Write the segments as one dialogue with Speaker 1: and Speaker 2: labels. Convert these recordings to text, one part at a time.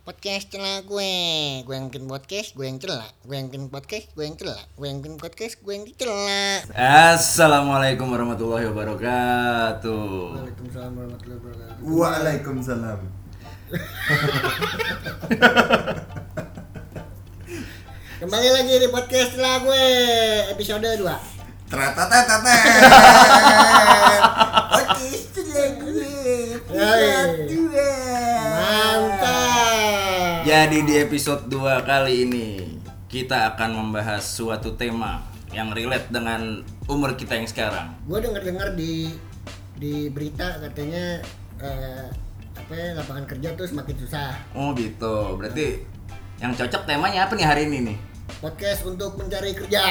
Speaker 1: podcast celak gue gue yang bikin podcast gue yang celak gue yang bikin podcast gue yang celak gue yang bikin podcast gue yang celak
Speaker 2: Assalamualaikum warahmatullahi wabarakatuh.
Speaker 3: Waalaikumsalam warahmatullahi wabarakatuh.
Speaker 4: Waalaikumsalam.
Speaker 1: kembali lagi di podcast celak gue episode 2
Speaker 4: Tratatatate. Oke, sudah gue. Sudah
Speaker 1: Yoi.
Speaker 4: dua.
Speaker 1: mantap
Speaker 3: Ya.
Speaker 2: Jadi di episode 2 kali ini kita akan membahas suatu tema yang relate dengan umur kita yang sekarang.
Speaker 1: gue denger dengar di di berita katanya eh, apa ya, lapangan kerja tuh semakin susah
Speaker 2: Oh gitu. Berarti yang cocok temanya apa nih hari ini nih?
Speaker 1: podcast untuk mencari kerja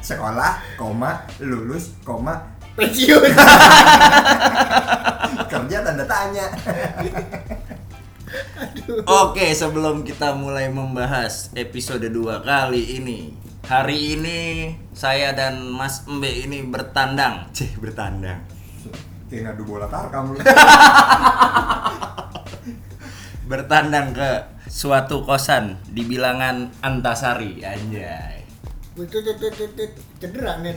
Speaker 4: Sekolah, koma, lulus, koma,
Speaker 1: pensiun
Speaker 4: kerja tanda tanya.
Speaker 2: Oke, sebelum kita mulai membahas episode 2 kali ini. Hari ini saya dan Mas Mbe ini bertandang. Cih, bertandang.
Speaker 4: Kayak ngadu bola tarkam lu.
Speaker 2: bertandang ke suatu kosan di bilangan Antasari anjay
Speaker 1: itu tuh tuh tuh tuh cedera nih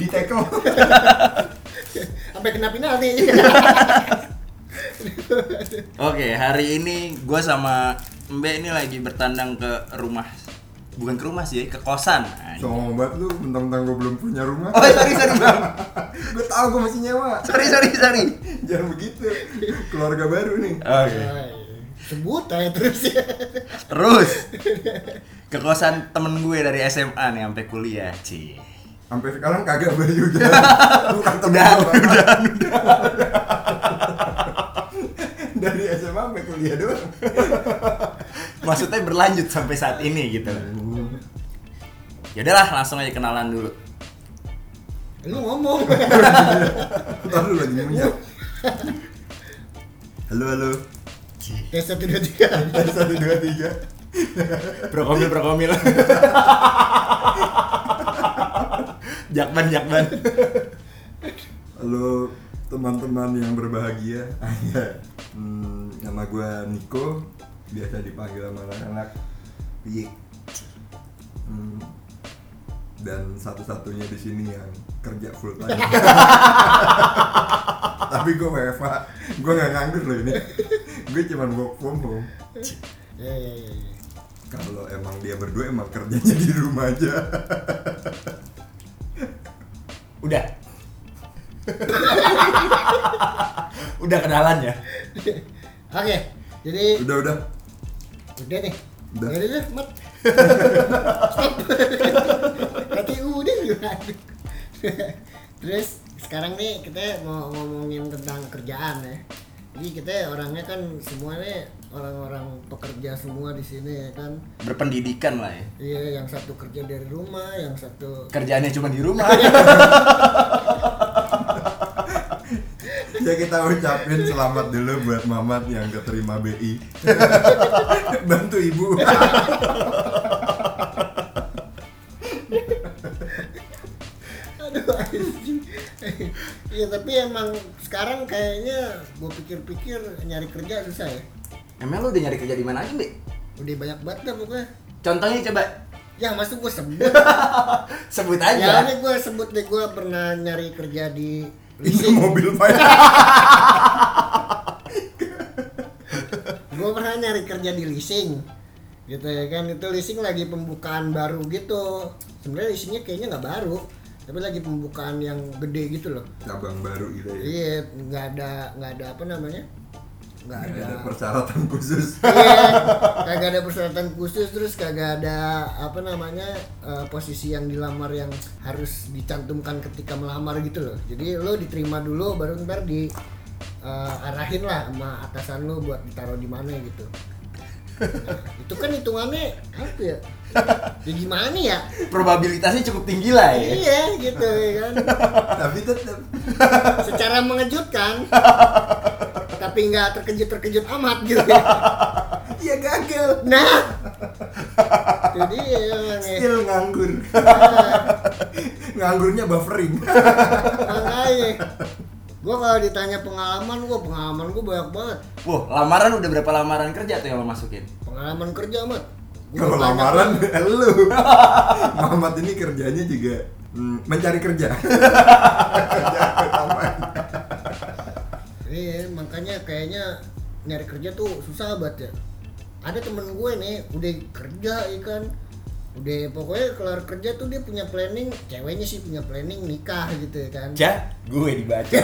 Speaker 4: Di teko.
Speaker 1: sampai kena penalti
Speaker 2: oke hari ini gue sama Mbak ini lagi bertandang ke rumah bukan ke rumah sih ke kosan anjay.
Speaker 4: Sombong banget lu, mentang-mentang gue belum punya rumah.
Speaker 2: oh sorry sorry Bang.
Speaker 4: gue tau gue masih nyewa.
Speaker 2: sorry sorry sorry
Speaker 4: Jangan begitu. Keluarga baru nih.
Speaker 2: oke
Speaker 1: sebut aja terus ya
Speaker 2: terus ke kosan temen gue dari SMA nih sampai kuliah Cih.
Speaker 4: Sampai sekarang kagak baru juga. Bukan temen
Speaker 2: Udah,
Speaker 4: gua. Dari SMA sampai kuliah doang.
Speaker 2: maksudnya berlanjut sampai saat ini gitu Yaudahlah langsung aja kenalan dulu
Speaker 1: lu ngomong
Speaker 4: Ntar lu lagi nyinyir. Halo halo.
Speaker 1: tes satu dua tiga
Speaker 4: Dari satu dua tiga.
Speaker 2: Prokomil prokomil. jakban jakban.
Speaker 4: Halo teman-teman yang berbahagia. hmm, nama gua Niko. Biasa dipanggil sama anak-anak Piyik. Hmm, dan satu-satunya di sini yang kerja full time. Tapi gue WFH, gue nggak nganggur loh ini. Gue cuman work from home.
Speaker 1: ya ya ya ya.
Speaker 4: Kalau emang dia berdua emang kerjanya di rumah aja.
Speaker 2: Udah. Udah kenalan ya.
Speaker 1: oke jadi
Speaker 4: Udah udah.
Speaker 1: udah nih
Speaker 4: Udah.
Speaker 1: udah udah mat nanti udah juga terus sekarang nih kita mau ngomongin tentang kerjaan ya jadi kita orangnya kan semuanya orang-orang pekerja semua di sini ya kan
Speaker 2: Berpendidikan lah ya.
Speaker 1: iya yang satu kerja dari rumah yang satu
Speaker 2: Kerjaannya cuma di rumah.
Speaker 4: Ya kita ucapin selamat dulu buat Mamat yang keterima BI. Bantu ibu.
Speaker 1: Aduh, anjing. Iya tapi emang sekarang kayaknya gue pikir-pikir nyari kerja susah ya.
Speaker 2: Emang lu udah nyari kerja di mana aja, Mbak?
Speaker 1: Udah banyak banget dah pokoknya.
Speaker 2: Contohnya coba
Speaker 1: Ya masuk gue sebut.
Speaker 2: sebut
Speaker 1: ya
Speaker 2: aja.
Speaker 1: ini gue sebut deh gue pernah nyari kerja di
Speaker 4: Ini
Speaker 1: leasing.
Speaker 4: mobil pak.
Speaker 1: Gue pernah nyari kerja di leasing. Gitu ya kan itu leasing lagi pembukaan baru gitu. Sebenarnya leasingnya kayaknya nggak baru, tapi lagi pembukaan yang gede gitu loh.
Speaker 4: Cabang baru gitu ya.
Speaker 1: Iya, nggak ada nggak ada apa namanya? Nggak
Speaker 4: Nggak
Speaker 1: ada
Speaker 4: ada persyaratan khusus.
Speaker 1: Iya, kagak ada persyaratan khusus terus kagak ada apa namanya eh, posisi yang dilamar yang harus dicantumkan ketika melamar gitu loh jadi lo diterima dulu baru ntar di eh, arahin lah sama atasan lo buat ditaruh di mana gitu Nah, itu kan hitungannya apa ya ya gimana ya
Speaker 2: Probabilitasnya cukup tinggi lah ya.
Speaker 1: iya gitu ya kan
Speaker 4: Tapi tetap
Speaker 1: secara mengejutkan tapi nggak terkejut terkejut amat gitu ya.
Speaker 2: Iya,
Speaker 4: ya gagal.
Speaker 1: nah jadi ya, nih.
Speaker 4: Still nganggur.
Speaker 1: Iya,
Speaker 4: Nganggurnya buffering.
Speaker 1: makanya Gua kalau ditanya pengalaman, gua pengalaman gua banyak banget.
Speaker 2: Wah, lamaran udah berapa lamaran kerja tuh yang lo masukin?
Speaker 1: Pengalaman kerja amat. Gua
Speaker 4: Kalau
Speaker 1: banyak
Speaker 4: lamaran lu. Muhammad ini kerjanya juga mm, mencari kerja. Kerja utamanya.
Speaker 1: Iya, makanya kayaknya nyari kerja tuh susah banget ya. Ada temen gue nih, udah kerja ikan, udah pokoknya kelar kerja tuh dia punya planning, ceweknya sih punya planning nikah gitu ya kan.
Speaker 2: Ja, gue dibaca.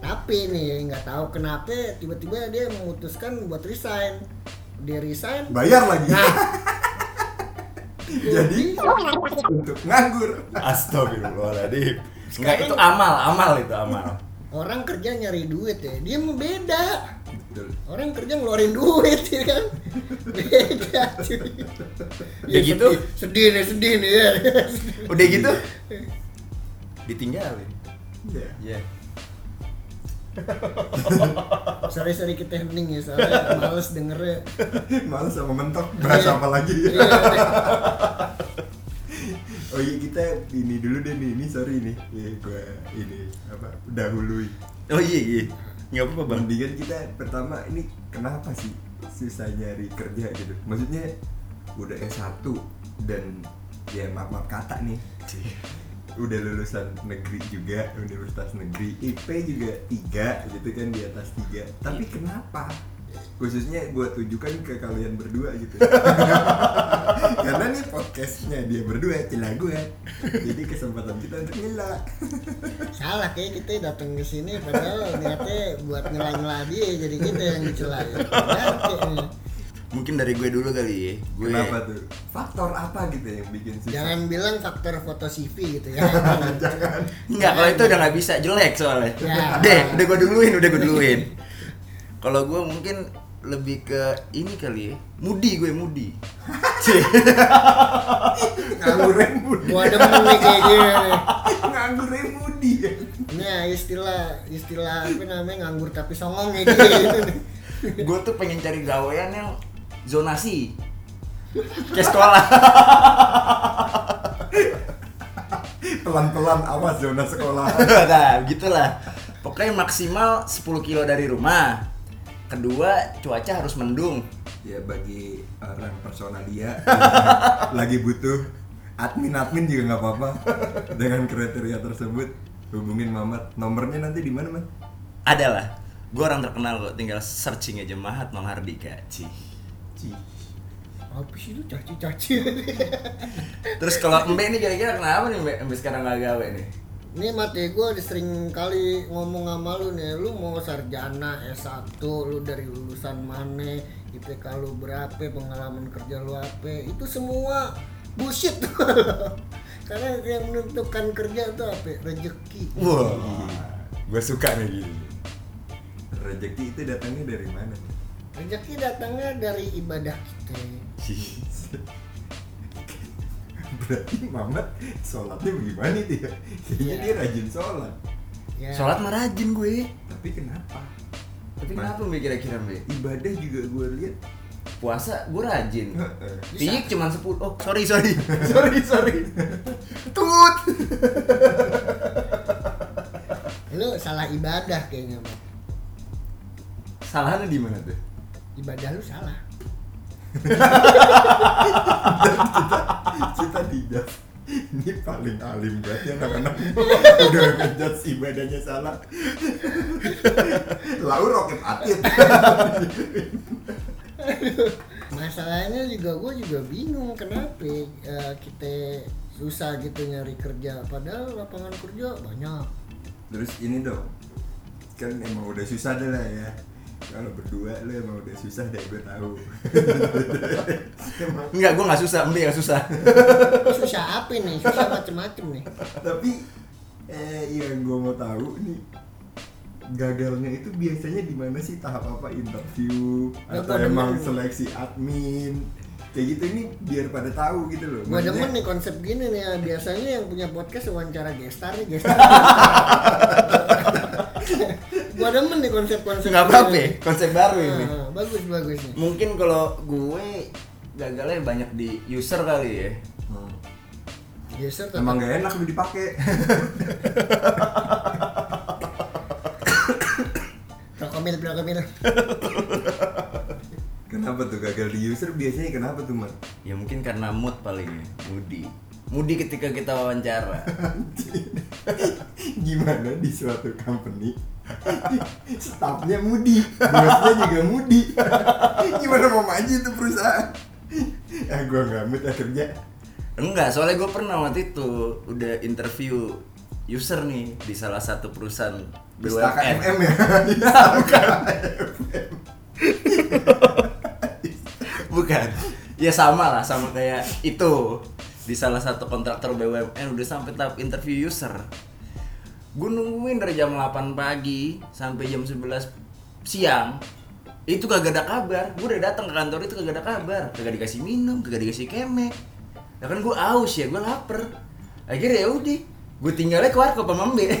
Speaker 1: Tapi nih nggak tahu kenapa tiba-tiba dia memutuskan buat resign. Dia resign.
Speaker 4: Bayar lagi.
Speaker 1: Nah.
Speaker 4: Jadi
Speaker 1: Jadi
Speaker 4: untuk nganggur.
Speaker 2: Astagfirullahaladzim. Enggak itu amal, amal itu amal.
Speaker 1: orang kerja nyari duit ya, dia mau beda.
Speaker 4: Betul.
Speaker 1: Orang kerja ngeluarin duit ya kan. Beda cuy.
Speaker 2: Ya gitu.
Speaker 1: sedih- Sedih nih, sedih nih ya.
Speaker 2: Udah gitu ditinggalin.
Speaker 4: Ya.
Speaker 2: Ya.
Speaker 1: Sorry-sorry kita hening ya, soalnya males ya. dengernya.
Speaker 4: Males sama mentok, bahasa apa lagi?
Speaker 1: Iya.
Speaker 4: oh iya kita ini dulu deh nih, ini sorry nih, ya, gue ini apa dahului.
Speaker 2: Oh iya iya. Enggak apa-apa, Bang.
Speaker 4: Mendingan kita pertama ini kenapa sih susah nyari kerja gitu? Maksudnya udah S1 dan ya maaf maaf kata nih udah lulusan negeri juga universitas negeri IP juga tiga gitu kan di atas tiga tapi
Speaker 2: Iya.
Speaker 4: kenapa khususnya gue tunjukkan ke kalian berdua gitu karena nih podcastnya dia berdua celah gue jadi kesempatan kita untuk nyela
Speaker 1: Salah kayak kita datang ke sini padahal niatnya buat ngelah-ngelah dia jadi kita yang dicela. Ya. Ngerti nih.
Speaker 2: Mungkin dari gue dulu kali ya. Gue
Speaker 4: kenapa tuh faktor apa gitu yang bikin susah
Speaker 1: Jangan bilang faktor foto CV gitu ya.
Speaker 4: jangan
Speaker 2: Enggak, kalau itu udah nggak bisa jelek soalnya.
Speaker 1: Ya.
Speaker 2: Deh, udah gue duluin, udah gue duluin. kalau gue mungkin lebih ke ini kali ya. Mudi gue mudi. Cih.
Speaker 4: nganggur Budi
Speaker 1: Gua demen nih kayak gini. nih.
Speaker 4: nganggur Budi
Speaker 1: Nah, istilah istilah apa namanya nganggur tapi songong kayak gitu. nih.
Speaker 2: gue tuh pengen cari gawean yang zonasi. Kayak sekolah.
Speaker 4: pelan-pelan awas zona sekolah
Speaker 2: nah, gitulah. Pokoknya maksimal 10 kilo dari rumah. Kedua, cuaca harus mendung.
Speaker 4: ya bagi orang personalia lagi butuh admin admin juga nggak apa-apa dengan kriteria tersebut hubungin Mamat nomornya nanti di mana man
Speaker 2: Adalah. Gue orang terkenal kok, tinggal searching aja Mahat Hardika. Cih.
Speaker 4: Ci.
Speaker 1: Apa sih lu caci-caci?
Speaker 2: Terus kalau Mbak ini kira-kira kenapa nih Mbak Mbak sekarang gak gawe nih?
Speaker 1: Ini mati gue sering kali ngomong sama lu nih, lu mau sarjana S1, lu dari lulusan mana, IPK lu berapa, pengalaman kerja lu apa, itu semua bullshit Karena yang menentukan kerja itu apa? Rezeki.
Speaker 2: Wah, gue suka nih gini.
Speaker 4: rezeki itu datangnya dari mana
Speaker 1: Rezeki datangnya dari ibadah kita.
Speaker 4: berarti Mamat sholatnya bagaimana dia kayaknya
Speaker 1: Iya.
Speaker 4: dia rajin sholat
Speaker 1: Ya.
Speaker 2: Sholat mah rajin gue.
Speaker 4: tapi kenapa
Speaker 2: Tapi kenapa Mbak kira-kira Mbak?
Speaker 4: ibadah juga gue lihat
Speaker 2: Puasa gue rajin.
Speaker 4: Heeh.
Speaker 2: Tiik cuma 10. Oh, sorry, sorry. sorry, sorry. Tut.
Speaker 1: Lu salah ibadah kayaknya, Mat.
Speaker 2: Salahnya di mana tuh?
Speaker 1: Ibadah lu salah.
Speaker 4: kita tidak ini paling alim banget ya anak-anak udah ngejudge ibadahnya salah lalu roket atit
Speaker 1: masalahnya juga gue juga bingung kenapa eh, kita susah gitu nyari kerja padahal lapangan kerja banyak
Speaker 4: terus ini dong kan emang udah susah deh lah ya kalau berdua lu emang udah susah deh gue tahu Emang-
Speaker 2: Enggak, gue gak susah. Mbak yang susah.
Speaker 1: susah apa nih susah macem-macem nih
Speaker 4: tapi eh yang gue mau tahu nih gagalnya itu biasanya di mana sih tahap apa interview
Speaker 1: Gak
Speaker 4: atau
Speaker 1: tau demen.
Speaker 4: emang seleksi admin kayak gitu ini biar pada tahu gitu loh
Speaker 1: gue demen
Speaker 4: Maksudnya-
Speaker 1: nih konsep gini nih ya. biasanya yang punya podcast wawancara gestar nih gestar gue demen nih konsep-konsep
Speaker 2: Enggak
Speaker 1: gini.
Speaker 2: apa-apa. ya, Konsep baru ini.
Speaker 1: Ah, bagus bagus nih
Speaker 2: Mungkin kalau gue gagalnya banyak di user kali ya.
Speaker 4: Hmm.
Speaker 1: user tetap
Speaker 4: Emang gak enak lu dipakai.
Speaker 1: Komil, pindah komil.
Speaker 4: Kenapa tuh gagal di user biasanya kenapa tuh Mat?
Speaker 2: Ya mungkin karena mood palingnya, Mudi. Mudi ketika kita wawancara.
Speaker 4: Gimana di suatu company Staffnya mudi, bosnya juga mudi Gimana mau maju itu perusahaan Ah gua nggak mood ah kerja
Speaker 2: Enggak, soalnya gue pernah waktu itu udah interview user nih di salah satu perusahaan
Speaker 4: Pustaka
Speaker 2: BUMN.
Speaker 4: MM ya Bukan
Speaker 2: Bukan. Ya sama lah, sama kayak itu di salah satu kontraktor BUMN udah sampai tahap interview user. Gue nungguin dari jam 8 pagi sampai jam 11 siang itu kagak ada kabar. Gue udah datang ke kantor itu kagak ada kabar. Kagak dikasih minum, kagak dikasih kemek. Ya kan gue aus ya, gue lapar. Akhirnya ya udah, gue tinggalnya ke warkop sama Mbe.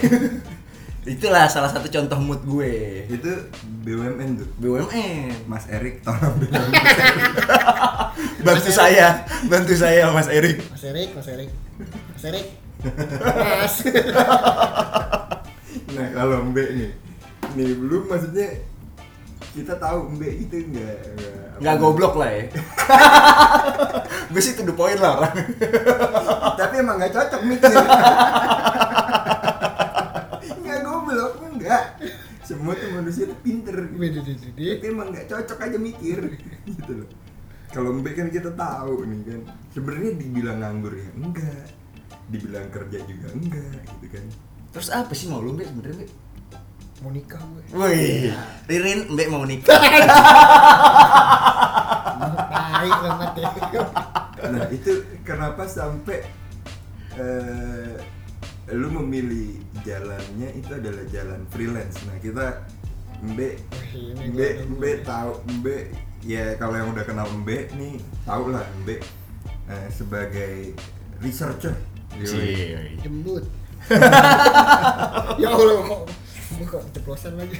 Speaker 2: Itulah salah satu contoh mood gue.
Speaker 4: Itu BUMN tuh
Speaker 2: BUMN.
Speaker 4: Mas Erik tolong bilang
Speaker 2: bantu saya bantu saya mas Erik
Speaker 1: Mas Erik, Mas Erik. Mas Erik. Mas.
Speaker 4: Nah kalau Mbak nih, nih belum maksudnya kita tahu Mbak itu nggak eh,
Speaker 2: nggak goblok lah ya gue sih to the point lah orang
Speaker 4: Tapi emang nggak cocok mikir. nggak goblok enggak. Semua tuh manusia tuh pinter.
Speaker 1: Beda, beda, beda.
Speaker 4: Tapi emang nggak cocok aja mikir gitu loh. Kalau Mbak kan kita tahu nih kan. Sebenarnya dibilang nganggur ya enggak. Dibilang kerja juga enggak gitu kan.
Speaker 2: terus apa sih mau lu mbak sebenernya mbak
Speaker 1: Mau nikah gue.
Speaker 2: Wih, Ririn mbak mau nikah
Speaker 1: Baik banget ya.
Speaker 4: Nah itu kenapa sampai eh, lu memilih jalannya itu adalah jalan freelance. Nah kita Mbe
Speaker 1: Wih, ini
Speaker 4: Mbe
Speaker 1: gua-
Speaker 4: Mbe tahu Mbe ya kalau yang udah kenal Mbe nih tau lah Mbe eh, sebagai researcher. Yoi.
Speaker 2: Cie.
Speaker 1: Jembut. ya Allah kok gue kok keceplosan lagi.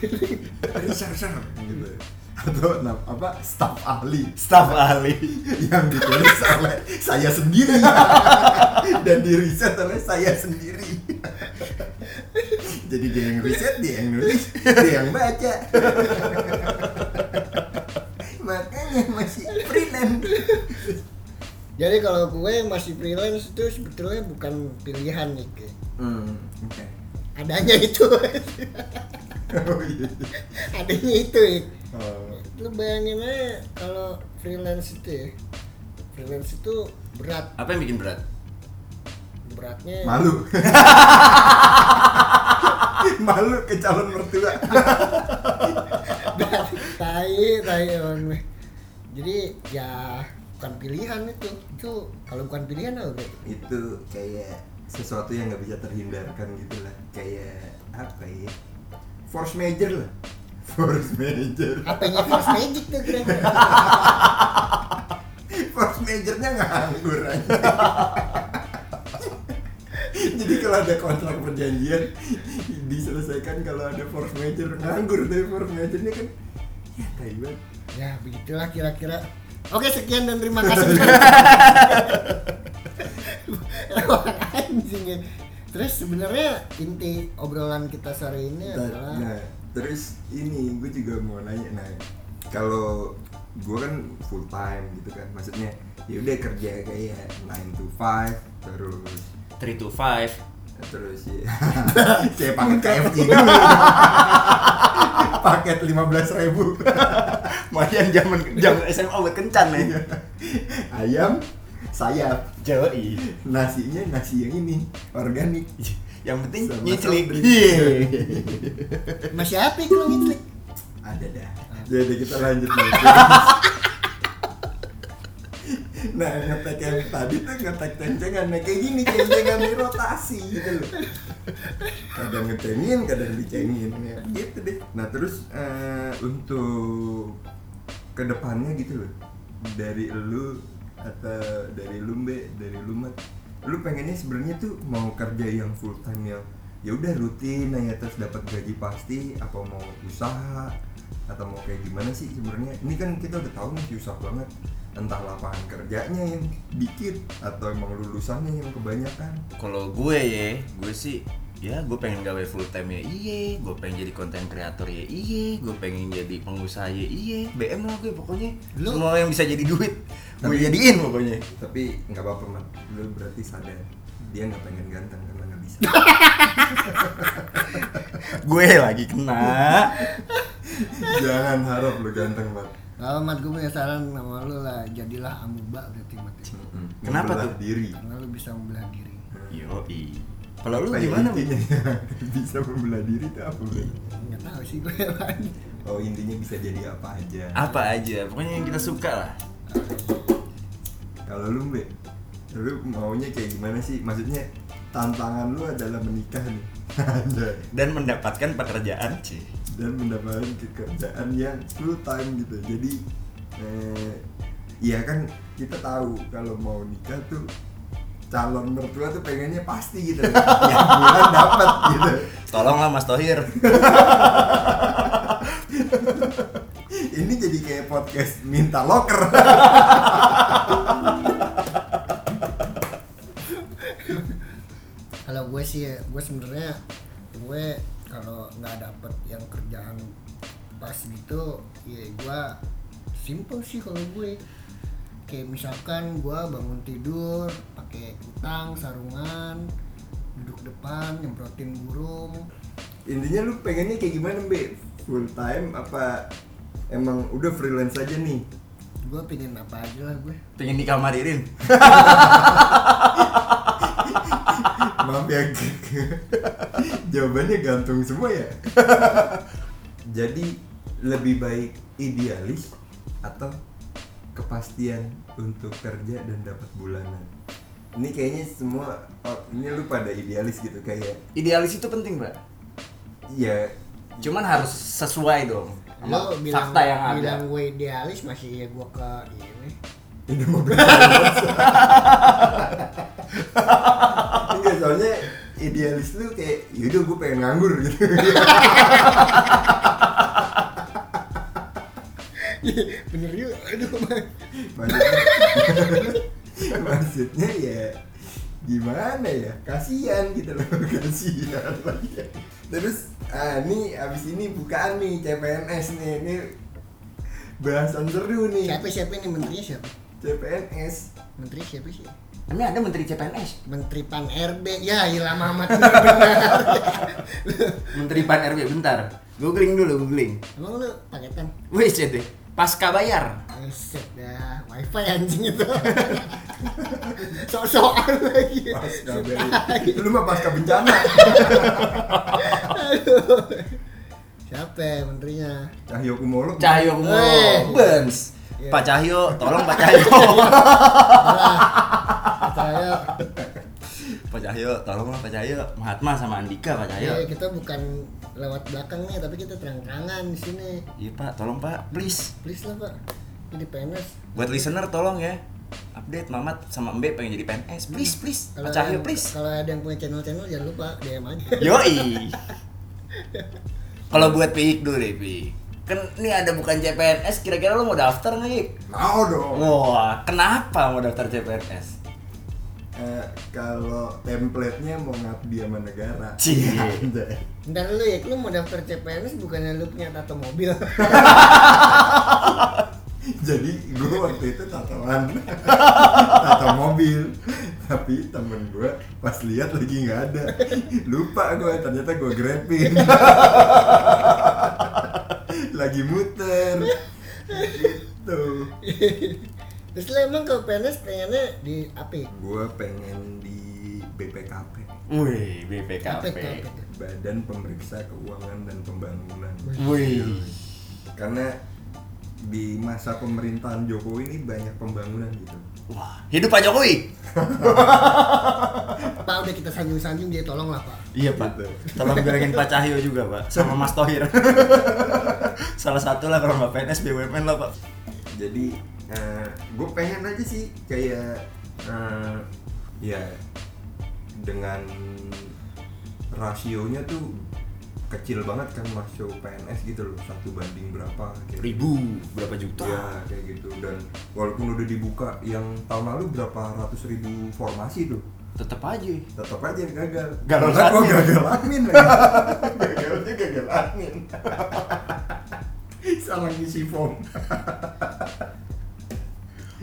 Speaker 4: researcher gitu. Atau nam- apa staff ahli
Speaker 2: staff ahli
Speaker 4: yang ditulis oleh saya sendiri dan di riset oleh saya sendiri jadi dia yang riset dia yang nulis dia yang baca makanya masih freelance
Speaker 1: Jadi kalau gue masih freelance itu sebetulnya bukan pilihan nih. Ki.
Speaker 4: hmm, oke
Speaker 1: Adanya itu.
Speaker 4: oh, iya.
Speaker 1: Adanya itu. Ya.
Speaker 4: oh,
Speaker 1: Lu bayangin aja kalau freelance itu ya. Freelance itu berat,
Speaker 2: apa yang bikin berat
Speaker 1: beratnya
Speaker 4: malu malu ke calon mertua
Speaker 1: tai tai emang gue. jadi ya bukan pilihan itu itu kalau bukan pilihan ya apa Bre?
Speaker 4: itu kayak sesuatu yang nggak bisa terhindarkan gitu lah kayak apa ya force major lah force major
Speaker 1: apanya force kan magic tuh kira-kira
Speaker 4: force majornya nganggur aja jadi kalau ada kontrak perjanjian diselesaikan kalau ada force major nganggur tapi force majornya kan ya tai banget
Speaker 1: ya begitulah kira-kira oke sekian dan terima kasih Wah, anjing ya. terus sebenarnya inti obrolan kita sore ini
Speaker 4: Bentar,
Speaker 1: adalah
Speaker 4: Nah, terus ini gue juga mau nanya nah kalau gue kan full time gitu kan maksudnya ya udah kerja kayak 9 to 5 terus
Speaker 2: 3 to 5
Speaker 4: terus ya kayak paket KFC dulu paket 15.000 ribu
Speaker 2: Marian zaman zaman SMA buat kencan ya
Speaker 4: ayam sayap
Speaker 2: Jawa i
Speaker 4: nasinya nasi yang ini organik
Speaker 2: yang penting
Speaker 4: Sama
Speaker 2: nyiclik
Speaker 4: soft drink.
Speaker 2: Iya.
Speaker 1: masih apa kalau gitu? ngitlik
Speaker 4: ada dah jadi kita lanjut nih nah ngetek yang tadi tuh ngetek tencengan nah kayak gini tencengan di rotasi gitu loh kadang ngecengin kadang dicengin ya gitu deh nah terus eh, untuk kedepannya gitu loh dari lu atau dari lu Mbe, dari lu Mat lu pengennya sebenarnya tuh mau kerja yang full time yang ya udah rutin aja terus dapat gaji pasti apa mau usaha atau mau kayak gimana sih sebenarnya ini kan kita udah tahu nih susah banget entah lapangan kerjanya yang dikit atau emang lulusannya yang kebanyakan
Speaker 2: kalau gue ya gue sih ya gue pengen gawe full time ya iye gue pengen jadi konten kreator ya iye gue pengen jadi pengusaha ya iye BM lah gue pokoknya
Speaker 1: Lu-
Speaker 2: semua yang bisa jadi duit gue
Speaker 4: Tapi-
Speaker 2: jadiin pokoknya
Speaker 4: tapi nggak apa-apa man lu berarti sadar dia nggak pengen ganteng karena nggak bisa
Speaker 2: gue lagi kena
Speaker 4: jangan harap lu ganteng man
Speaker 1: Kalau mat gue punya saran sama lu lah, jadilah amuba berarti mat.
Speaker 2: Kenapa
Speaker 4: Membelah
Speaker 2: tuh?
Speaker 4: diri
Speaker 1: Karena lu bisa membelah diri.
Speaker 2: gitu yoi kalau lu
Speaker 4: Apa ya
Speaker 2: gimana
Speaker 4: Hmm. intinya? bisa membelah diri itu apa Bro?
Speaker 1: Nggak tahu sih gue apaan.
Speaker 4: oh intinya bisa jadi apa aja
Speaker 2: apa aja pokoknya yang kita suka lah
Speaker 4: kalau lu be lu maunya kayak gimana sih maksudnya tantangan lu adalah menikah nih ada
Speaker 2: dan mendapatkan pekerjaan sih
Speaker 4: dan mendapatkan pekerjaan yang full time gitu jadi eh, ya kan kita tahu kalau mau nikah tuh calon mertua tuh pengennya pasti gitu yang bulan dapat gitu
Speaker 2: tolonglah Mas Tohir
Speaker 4: ini jadi kayak podcast minta loker
Speaker 1: Kalau gue sih, ya, gue sebenarnya gue kalau nggak dapet yang kerjaan pas gitu, ya gue simple sih kalau gue. Kayak misalkan gue bangun tidur pakai kutang, sarungan, duduk depan, nyemprotin burung,
Speaker 4: intinya lu pengennya kayak gimana be full time apa emang udah freelance aja nih
Speaker 1: gue pengen apa aja lah gue
Speaker 2: pengen dikamaririn
Speaker 4: maaf ya jawabannya gantung semua ya jadi lebih baik idealis atau kepastian untuk kerja dan dapat bulanan ini kayaknya semua oh, ini lu pada idealis gitu kayak
Speaker 2: idealis itu penting mbak
Speaker 4: ya
Speaker 2: cuman harus sesuai dong sama
Speaker 1: lo bilang
Speaker 2: fakta yang ada
Speaker 1: bilang gue idealis masih ya gue ke ini
Speaker 4: ini mau beli Enggak, Iya, soalnya idealis lu kayak yaudah gue pengen nganggur gitu
Speaker 1: bener juga aduh
Speaker 4: maksudnya, maksudnya ya gimana ya kasihan gitu loh kasihan lagi terus ah ini abis ini bukaan nih CPNS nih ini bahasan seru nih
Speaker 1: siapa siapa ini menterinya siapa
Speaker 4: CPNS
Speaker 1: menteri siapa sih
Speaker 2: ini ada menteri CPNS
Speaker 1: menteri pan rb ya ilah mamat benar
Speaker 2: menteri pan RB bentar googling dulu googling
Speaker 1: emang lu kan? paketan
Speaker 2: wih deh pasca bayar
Speaker 1: Set dah, ya, wifi anjing itu Sok-sokan lagi
Speaker 4: pasca bencana lu mah pasca bencana
Speaker 1: Aduh. Siapa ya menterinya?
Speaker 4: Cahyokumolo
Speaker 1: Eh.
Speaker 2: Cahyo Kumo Bens
Speaker 1: Iya.
Speaker 2: Pak Cahyo tolong Pak Cahyo
Speaker 1: Saya
Speaker 2: Pak Cahyo tolonglah Pak Cahyo Mahatma sama Andika
Speaker 1: ya,
Speaker 2: Pak Cahyo
Speaker 1: kita bukan lewat belakang nih, tapi kita terang-terangan di sini.
Speaker 2: iya Pak tolong Pak please
Speaker 1: Please lah pak, jadi PNS.
Speaker 2: buat listener tolong ya update Mamat sama Mbe pengen jadi PNS please please
Speaker 1: ada
Speaker 2: Pak Cahyo
Speaker 1: yang-
Speaker 2: please
Speaker 1: Kalau ada yang punya channel-channel jangan lupa DM aja.
Speaker 2: Yoi. Kalau buat Piik dulu deh, Piik. Kan ini ada bukan CPNS, kira-kira lo mau daftar nggak, Ik?
Speaker 4: mau dong
Speaker 2: Wah, kenapa mau daftar CPNS?
Speaker 4: Eh, kalau template-nya mau ngabdi sama negara. Iya,
Speaker 2: Cie.
Speaker 4: Anjay.
Speaker 1: Ntar lu ya, lu mau daftar CPNS bukannya lu punya tato mobil.
Speaker 4: Jadi gue waktu itu tatoan tato mobil. Tapi temen gue pas lihat lagi nggak ada. Lupa gue ternyata gue grepin. lagi muter. Gitu.
Speaker 1: Terus lu emang kalau PNS pengennya di apa? ya?
Speaker 4: Gue pengen di BPKP.
Speaker 1: Apa
Speaker 2: Wih, BPKP.
Speaker 1: itu, apa itu?
Speaker 4: Badan Pemeriksa Keuangan dan Pembangunan.
Speaker 2: Wih.
Speaker 4: karena di masa pemerintahan Jokowi ini banyak pembangunan gitu
Speaker 2: Wah, hidup Pak Jokowi.
Speaker 1: Pak udah kita sanjung-sanjung dia tolong lah pak.
Speaker 2: Iya,
Speaker 4: Gitu.
Speaker 2: Pak. Tolong bilangin Pak Cahyo juga, Pak, sama Mas Tohir. Salah satu lah kalau nggak PNS BUMN lah, Pak.
Speaker 4: jadi gue pengen aja sih kayak eh, ya dengan rasionya tuh kecil banget kan masuk PNS gitu loh satu banding berapa kayak
Speaker 2: Ribu, berapa juta?
Speaker 4: ya kayak gitu dan walaupun udah dibuka yang tahun lalu berapa ratus ribu formasi tuh
Speaker 2: tetap aja
Speaker 4: tetap aja gagal
Speaker 2: Gagal
Speaker 4: Malah gua
Speaker 2: admin.
Speaker 4: gagal admin lagi
Speaker 2: gagalnya gagal angin
Speaker 4: sama ngisi form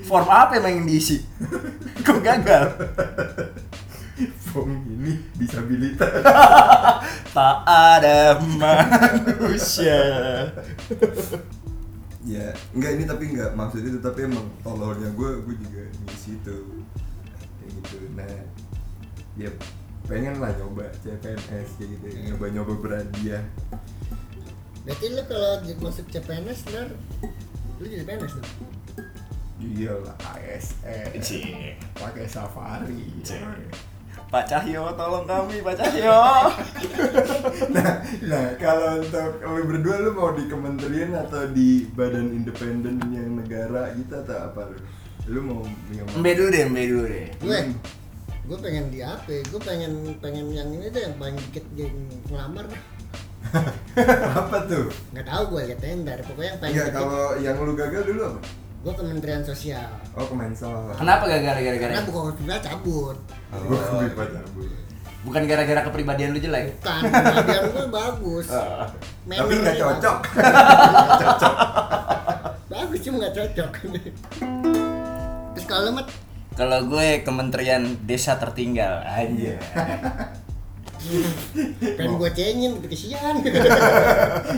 Speaker 2: form apa emang yang diisi kok gagal
Speaker 4: form ini disabilitas
Speaker 2: tak ada manusia
Speaker 4: ya enggak ini tapi enggak maksud itu tapi emang tololnya gue gue juga ngisi itu kayak gitu nah ya pengen lah nyoba CPNS kayak gitu ya. nyoba nyoba berhadiah
Speaker 1: Berarti lu kalau j- masuk CPNS ntar lu jadi PNS tuh.
Speaker 4: iyalah ASN
Speaker 2: Cie.
Speaker 4: pakai safari
Speaker 2: Cie. Pak Cahyo tolong kami Pak Cahyo
Speaker 4: nah nah kalau untuk lu berdua lu mau di kementerian atau di badan independen yang negara gitu atau apa lu lu mau yang
Speaker 2: Mbe dulu deh Mbe dulu deh
Speaker 1: Gue
Speaker 4: Hmm.
Speaker 1: gue pengen di apa? Gue pengen pengen yang ini deh yang paling dikit yang ngelamar dah.
Speaker 4: apa tuh
Speaker 1: Nggak tahu gue liatnya ntar. Pokoknya yang paling
Speaker 4: Enggak,
Speaker 1: dikit.
Speaker 4: Iya, kalau yang lu gagal dulu apa?
Speaker 1: Gue Kementerian Sosial.
Speaker 4: Oh, kemensal.
Speaker 2: Kenapa gak
Speaker 4: Iya.
Speaker 2: gara-gara
Speaker 1: Karena buku hospital cabut.
Speaker 4: Gue beli pacar gue.
Speaker 2: Bukan gara-gara kepribadian lu jelek
Speaker 1: Bukan, pengajian gue bagus.
Speaker 4: Iya. Ah. Tapi nggak
Speaker 1: Mannernya
Speaker 4: cocok.
Speaker 1: Bagus cuma nggak cocok. Terus kalau lu, mat
Speaker 2: Kalau gue Kementerian Desa Tertinggal Anjir
Speaker 1: kan gue cengin, gitu, kesian.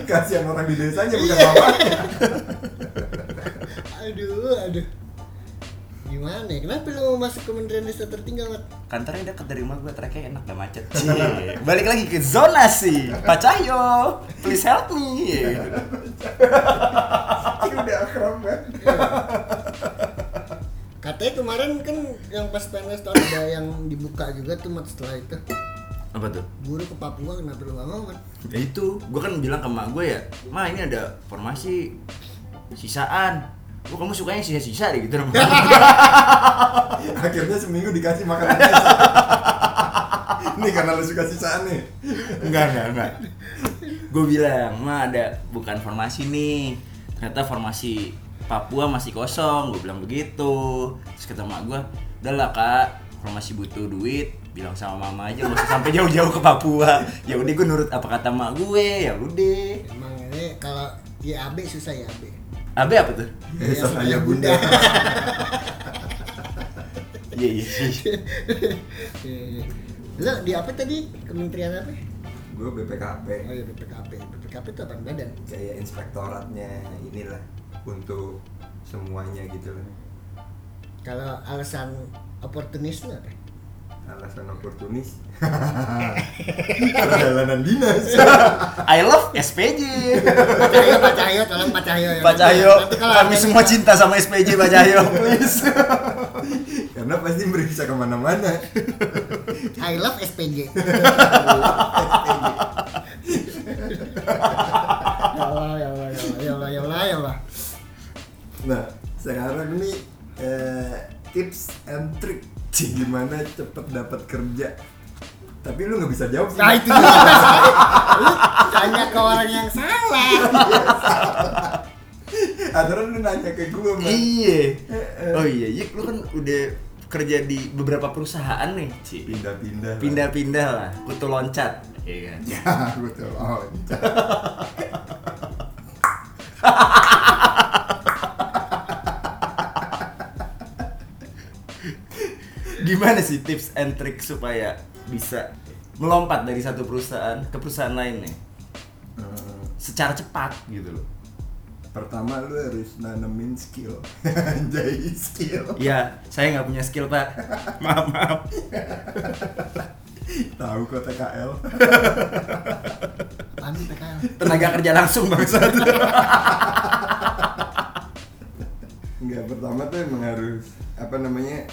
Speaker 4: Kasihan orang di desanya bukan
Speaker 1: Iya.
Speaker 4: bapaknya.
Speaker 1: aduh, aduh. Gimana? ya? Kenapa lu mau masuk Kementerian Desa tertinggal, Mat?
Speaker 2: Kantornya dekat dari rumah gue, tracknya enak gak macet Cie. Balik lagi ke zonasi Pak Cahyo, please help me
Speaker 4: Udah akrab kan?
Speaker 1: Katanya kemarin kan yang pas PNS tahun ada yang dibuka juga tuh, Mat, setelah itu.
Speaker 2: Apa tuh?
Speaker 1: Guru ke Papua kenapa lu nggak mau, Mat?
Speaker 2: Ya itu, gue kan bilang ke emak gue ya Ma ini ada formasi sisaan Lu kamu sukanya sisa-sisa deh gitu sama gue.
Speaker 4: Akhirnya seminggu dikasih makanan sisa. Nih karena lu suka sisaan nih.
Speaker 2: Enggak, enggak, enggak Gue bilang, Ma ada bukan formasi nih Ternyata formasi Papua masih kosong, gue bilang begitu Terus kata emak gue, udah lah kak Formasi butuh duit, bilang sama mama aja Gak usah sampai jauh-jauh ke Papua Ya udah gue nurut apa kata emak gue, ya udah
Speaker 1: Emang ini kalau YAB susah ya AB.
Speaker 2: Abe apa tuh?
Speaker 4: Eh, saya
Speaker 2: ya,
Speaker 4: bunda.
Speaker 1: iya.
Speaker 2: Iya, iya, iya
Speaker 1: Lo di apa tadi? Kementerian apa?
Speaker 4: Gue
Speaker 1: Oh
Speaker 4: BPKP
Speaker 1: ya BPKP. BPKP itu apa badan?
Speaker 4: kayak inspektoratnya inilah untuk semuanya gitu lah.
Speaker 1: Kalau alasan oportunisme apa?
Speaker 4: Alasan oportunis. Perjalanan dinas.
Speaker 2: I love
Speaker 1: Iya,
Speaker 2: SPJ.
Speaker 1: Pak Cahyo, Pak Cahyo, tolong Pak Cahyo. ya.
Speaker 2: Pak Cahyo,
Speaker 1: Nanti kalau
Speaker 2: kami
Speaker 1: ada-
Speaker 2: semua cinta sama SPJ Pak Cahyo, please.
Speaker 4: karena pasti meriksa kemana-mana
Speaker 1: I love SPJ. ya Allah, ya Allah, ya Allah, ya Allah, ya Allah, ya Allah.
Speaker 4: nah sekarang nih eh, tips and trick gimana cepet dapat kerja tapi lu nggak bisa jawab sih
Speaker 1: Nah itu juga masalahnya. Lu Tanya ke orang yang salah.
Speaker 4: aturan lu nanya ke gue man
Speaker 2: iya. Oh iya, Yik, lu kan udah kerja di beberapa perusahaan nih, Ci.
Speaker 4: pindah-pindah lah.
Speaker 2: Pindah-pindah lah, kutu loncat. Iya kan?
Speaker 4: ya betul oh,
Speaker 2: Gimana sih tips and trick supaya bisa melompat dari satu perusahaan ke perusahaan lain nih?
Speaker 4: Eh,
Speaker 2: Secara cepat gitu loh.
Speaker 4: pertama lu harus nanemin skill anjay skill
Speaker 2: Iya, saya nggak punya skill, Pak. Maaf, maaf.
Speaker 4: tahu kok TKL
Speaker 1: Apaan nih PKL?
Speaker 2: Tenaga kerja langsung bangsat.
Speaker 4: Enggak, pertama tuh emang harus apa namanya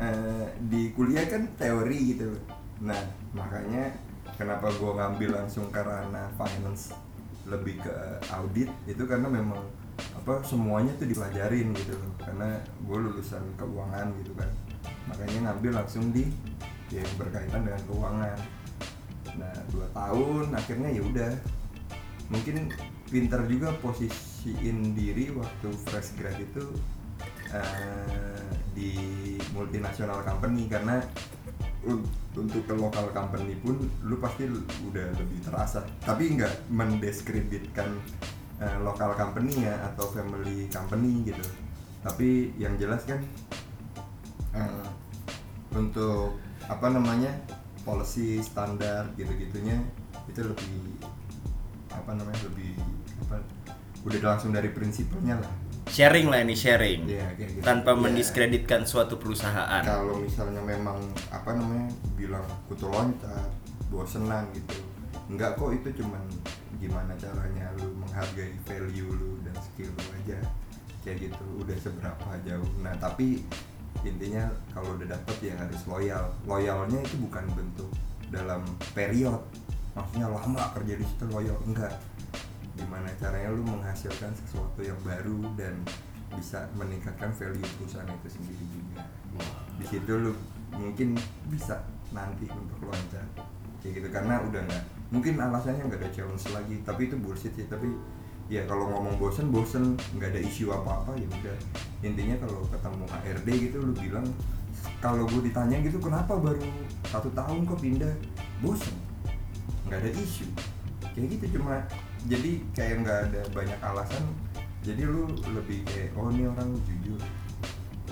Speaker 4: eh, di kuliah kan teori gitu loh. Nah makanya kenapa gua ngambil langsung karena finance lebih ke audit itu karena memang apa semuanya tuh dipelajarin gitu loh karena gue lulusan keuangan gitu kan makanya ngambil langsung di yang berkaitan dengan keuangan nah dua tahun akhirnya ya udah mungkin pinter juga posisiin diri waktu fresh grad itu eh, di multinasional company karena un- untuk ke lokal company pun lu pasti l- udah lebih terasa tapi nggak mendiskreditkan eh, lokal company ya atau family company gitu tapi yang jelas kan eh, untuk apa namanya policy standar gitu-gitunya itu lebih apa namanya lebih apa udah langsung dari prinsipnya lah
Speaker 3: sharing lah ini sharing
Speaker 4: Iya, kayak gitu.
Speaker 3: tanpa
Speaker 4: Iya.
Speaker 3: mendiskreditkan suatu perusahaan
Speaker 4: kalau misalnya memang apa namanya bilang kutu loncat bosenan gitu enggak kok itu cuman gimana caranya lu menghargai value lu dan skill lu aja kayak gitu udah seberapa jauh nah tapi intinya kalau udah dapet ya harus loyal loyalnya itu bukan bentuk dalam period maksudnya lama kerja di situ loyal enggak gimana caranya lu menghasilkan sesuatu yang baru dan bisa meningkatkan value perusahaan itu sendiri juga di situ lu mungkin bisa nanti untuk loncat kayak gitu karena udah nggak mungkin alasannya nggak ada challenge lagi tapi itu bullshit sih tapi ya kalau ngomong bosen bosen nggak ada isu apa apa ya udah intinya kalau ketemu HRD gitu lu bilang kalau gue ditanya gitu kenapa baru satu tahun kok pindah bosen nggak ada isu kayak gitu cuma jadi kayak nggak ada banyak alasan jadi lu lebih kayak oh ini orang jujur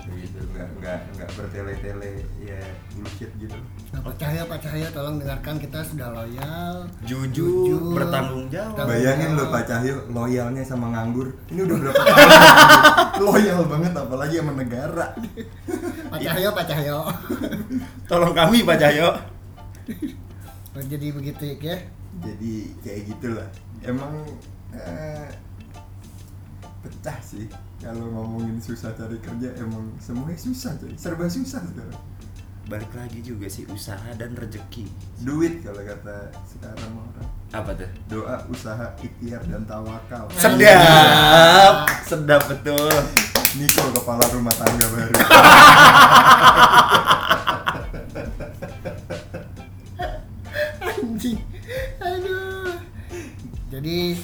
Speaker 4: kayak gitu nggak nggak nggak bertele-tele ya bullshit gitu
Speaker 1: Nah, Pak Cahya, Pak Cahya tolong dengarkan kita sudah loyal, ya.
Speaker 3: Jujur, bertanggung jawab.
Speaker 1: bertanggung
Speaker 4: bayangin
Speaker 1: jawab.
Speaker 4: lo Pak Cahyo loyalnya sama nganggur ini udah berapa tahun loyal banget apalagi sama negara
Speaker 1: Pak Cahyo, Pak Cahyo.
Speaker 3: tolong kami Pak Cahyo
Speaker 1: Oh, Jadi begitu ya. Ki, ya.
Speaker 4: jadi kayak gitulah emang eh, pecah sih kalau ngomongin susah cari kerja emang semuanya susah coy serba susah sekarang
Speaker 3: balik lagi juga sih usaha dan rezeki
Speaker 4: duit kalau kata sekarang orang
Speaker 3: apa tuh
Speaker 4: doa usaha ikhtiar dan tawakal
Speaker 3: sedap sedap betul
Speaker 4: Niko kepala rumah tangga baru
Speaker 1: Anjing. Aduh. Jadi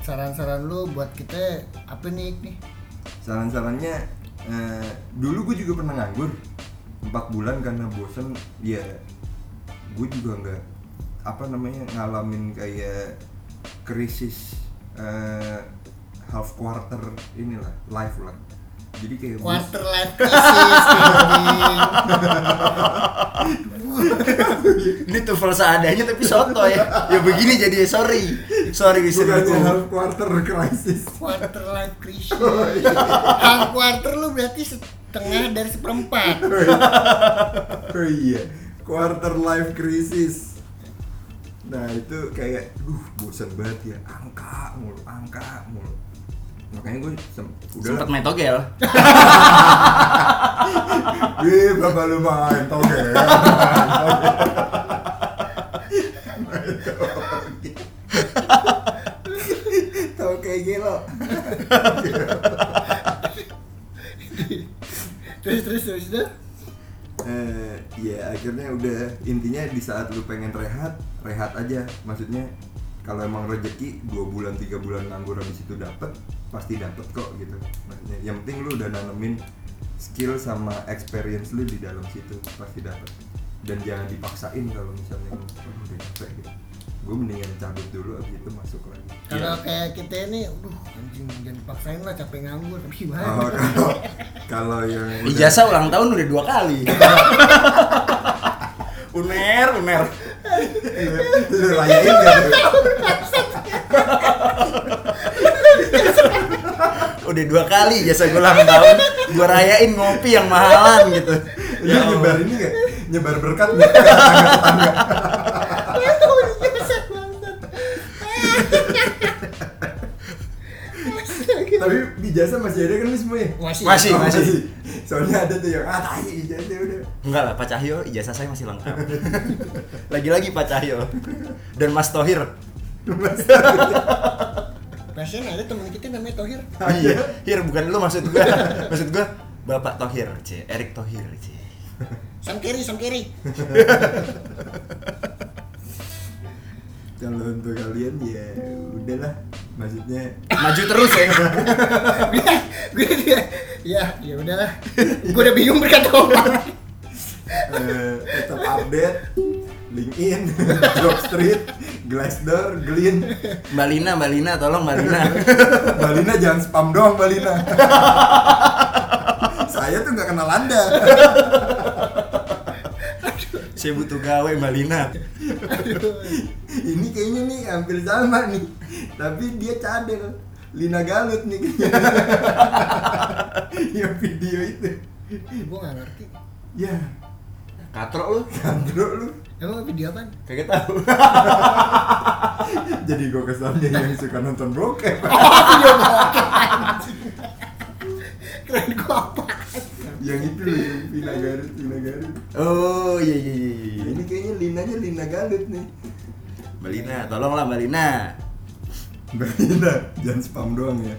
Speaker 1: saran-saran lu buat kita apa nih nih?
Speaker 4: saran-sarannya eh, dulu gue juga pernah nganggur empat bulan karena bosen ya gue juga nggak apa namanya ngalamin kayak krisis eh, half quarter inilah life lah jadi kayak bos-
Speaker 1: Quarter life crisis. anjing.
Speaker 3: ini tuval seadanya tapi soto ya ya begini jadi sorry sorry
Speaker 4: bukannya half
Speaker 3: listenerku
Speaker 4: quarter krisis
Speaker 1: quarter life crisis. iya. Hal quarter lu berarti setengah dari seperempat.
Speaker 4: oh iya quarter life crisis nah itu kayak duh bosan banget ya angka mulu angka mulu makanya gue sem- udah
Speaker 3: sempat main togel
Speaker 4: Wih, bapak Iya, lu ya. main toge. Toge gelo.
Speaker 1: Terus terus terus terus.
Speaker 4: Eh, ya akhirnya udah intinya di saat lu pengen rehat, rehat aja. Maksudnya kalau emang rezeki dua bulan tiga bulan nganggur habis itu dapet pasti dapet kok gitu maksudnya yang penting lu udah nanemin skill sama experience lu di dalam situ pasti dapet dan jangan dipaksain kalau misalnya "Aduh, udah capek gitu gue mendingan cabut dulu abis itu masuk lagi
Speaker 1: Kalau kayak kita ini, aduh anjing jangan dipaksain lah capek nganggur.
Speaker 4: Oh,
Speaker 1: Gimana?
Speaker 4: kalau kalau yang udah-
Speaker 3: ijazah ulang tahun udah dua kali uner uner
Speaker 4: lu rayain nggak tuh?
Speaker 3: udah dua kali jasa gue ulang tahun gue rayain ngopi yang mahalan gitu
Speaker 4: Lu
Speaker 3: Allah.
Speaker 4: nyebar ini nggak? Nyebar berkat nggak? ke tetangga-tetangga?
Speaker 1: Iya,
Speaker 4: Tapi ijazah masih ada kan lu semua ya?
Speaker 1: Masih.
Speaker 3: Masih.
Speaker 4: Oh, Soalnya ada tuh yang ah tai ijazah udah.
Speaker 3: enggak lah Pak Cahyo ijazah saya masih lengkap lagi-lagi Pak Cahyo dan Mas Tohir
Speaker 1: Pasien ada teman kita namanya Tohir.
Speaker 2: Oh,
Speaker 3: iya Hir bukan lu maksud gue maksud gue Bapak Tohir c Erik Tohir c
Speaker 1: Sam kiri, sam kiri.
Speaker 4: Kalau untuk kalian ya udahlah. Maksudnya
Speaker 3: maju terus ya
Speaker 1: gue dia ya ya udahlah gue udah bingung berkata apa
Speaker 4: eh, tetap update LinkedIn, Jobstreet, Glassdoor, Glint.
Speaker 2: Mbak Lina, Mbak Lina, tolong Mbak Lina.
Speaker 4: Balina jangan spam doang Balina. Saya tuh nggak kenal Anda.
Speaker 2: Saya butuh gawe Mbak Lina.
Speaker 4: Ini kayaknya nih hampir sama nih. Tapi dia cadel. Lina Galut nih kayaknya. Yang video itu.
Speaker 1: gue nggak ngerti
Speaker 4: Ya,
Speaker 2: Katrok lu,
Speaker 4: Sandro lu.
Speaker 1: emang video apaan?
Speaker 2: kagak tahu.
Speaker 4: Jadi gue kesannya yang suka nonton bokep.
Speaker 1: keren gue apa?
Speaker 4: yang itu loh, yang Lina Galut, Lina Galut.
Speaker 2: Oh iya iya iya. iya.
Speaker 4: Ini kayaknya Linanya Lina Galut nih.
Speaker 2: Mbak Lina, tolonglah Mbak Lina.
Speaker 4: Balina, jangan spam doang ya.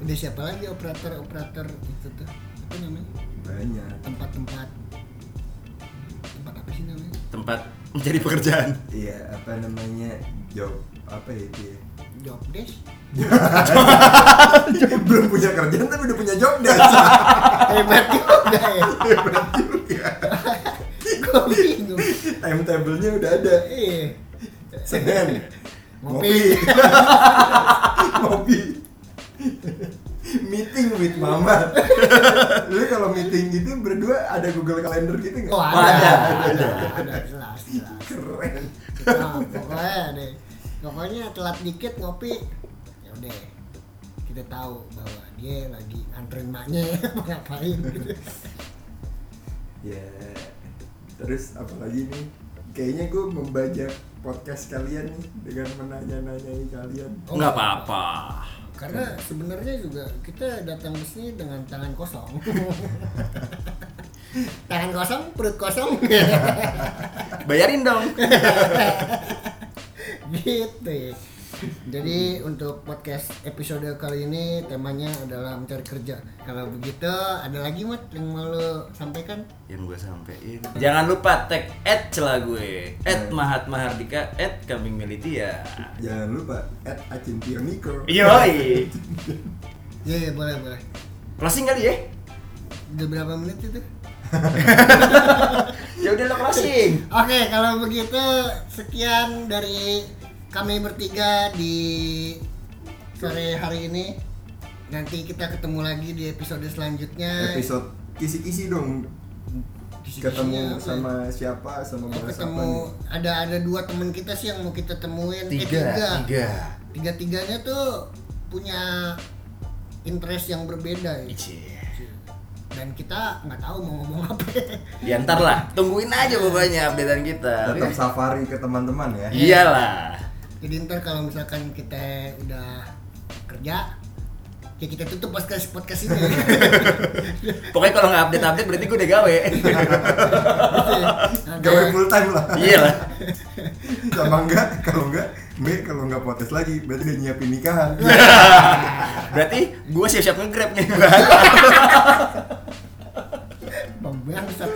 Speaker 1: udah siapa lagi operator-operator itu tuh apa namanya?
Speaker 4: Banyak.
Speaker 1: tempat-tempat tempat apa sih namanya?
Speaker 2: Tempat mencari pekerjaan.
Speaker 4: Iya, apa namanya? Job apa ya itu ya?
Speaker 1: job desk
Speaker 4: belum punya kerjaan tapi udah punya job desk
Speaker 1: hebat juga ya gue bingung
Speaker 4: timetable-nya udah ada
Speaker 1: iya
Speaker 4: Senin
Speaker 1: Ngopi.
Speaker 4: ngopi ngopi meeting with mama lu kalau meeting gitu berdua ada Google Calendar gitu nggak
Speaker 1: oh ada
Speaker 2: Ada,
Speaker 1: ada
Speaker 2: ada.
Speaker 1: ada, jelas jelas
Speaker 4: keren
Speaker 1: kita Nah, pokoknya deh pokoknya telat dikit ngopi ya udah kita tahu bahwa dia lagi nganterin maknya mau ngapain gitu
Speaker 4: ya terus apalagi nih kayaknya gue membaca podcast kalian nih dengan menanya-nanyai kalian
Speaker 1: Oh,
Speaker 2: Enggak apa-apa.
Speaker 1: karena sebenarnya juga kita datang di sini dengan tangan kosong tangan kosong perut kosong
Speaker 2: Bayarin dong.
Speaker 1: gitu ya. jadi untuk podcast episode kali ini temanya adalah mencari kerja kalau begitu ada lagi mat yang mau lo sampaikan
Speaker 2: Yang gue sampein. Jangan lupa tag at celah gue. At Mahatma Hardika. At Kambing Melitia.
Speaker 4: jangan lupa at Acin Pioniko
Speaker 2: Yoi.
Speaker 1: iya iya, boleh boleh
Speaker 2: Closing kali ya?
Speaker 1: udah berapa menit itu
Speaker 2: Ya udah lo closing.
Speaker 1: oke kalau begitu sekian dari kami bertiga di sore hari ini nanti kita ketemu lagi di episode selanjutnya
Speaker 4: episode kisi-kisi dong ketemu sama siapa sama
Speaker 1: Mau
Speaker 4: bahas apa
Speaker 1: ketemu
Speaker 4: nih
Speaker 1: ada ada dua teman kita sih yang mau kita temuin Eh,
Speaker 2: Tiga.
Speaker 1: tiga tiganya tuh punya interest yang berbeda ya.
Speaker 2: Cie.
Speaker 1: dan kita nggak tahu mau ngomong apa
Speaker 2: Ya ntar lah, tungguin aja pokoknya updatean kita.
Speaker 4: tetap safari ke teman-teman ya
Speaker 2: Iya. Iyalah.
Speaker 1: jadi ntar kalau misalkan kita udah kerja ya kita tutup podcast podcast ini Gitu
Speaker 2: Pokoknya kalau nggak update-update berarti gue udah gawe.
Speaker 1: Gitu ya. Ada-
Speaker 4: gawe full time lah
Speaker 2: Iyalah.
Speaker 4: sama enggak kalau enggak gue kalau enggak potes lagi berarti udah nyiapin nikahan
Speaker 2: Berarti gue siap-siap nge-grab nih.
Speaker 1: Bangsat.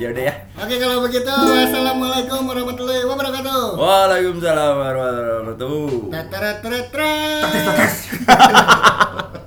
Speaker 2: ya udah ya.
Speaker 1: Oke kalau begitu Assalamualaikum warahmatullahi wabarakatuh
Speaker 2: Oh. Waalaikumsalam warahmatullahi wabarakatuh.
Speaker 1: Tetereteretre.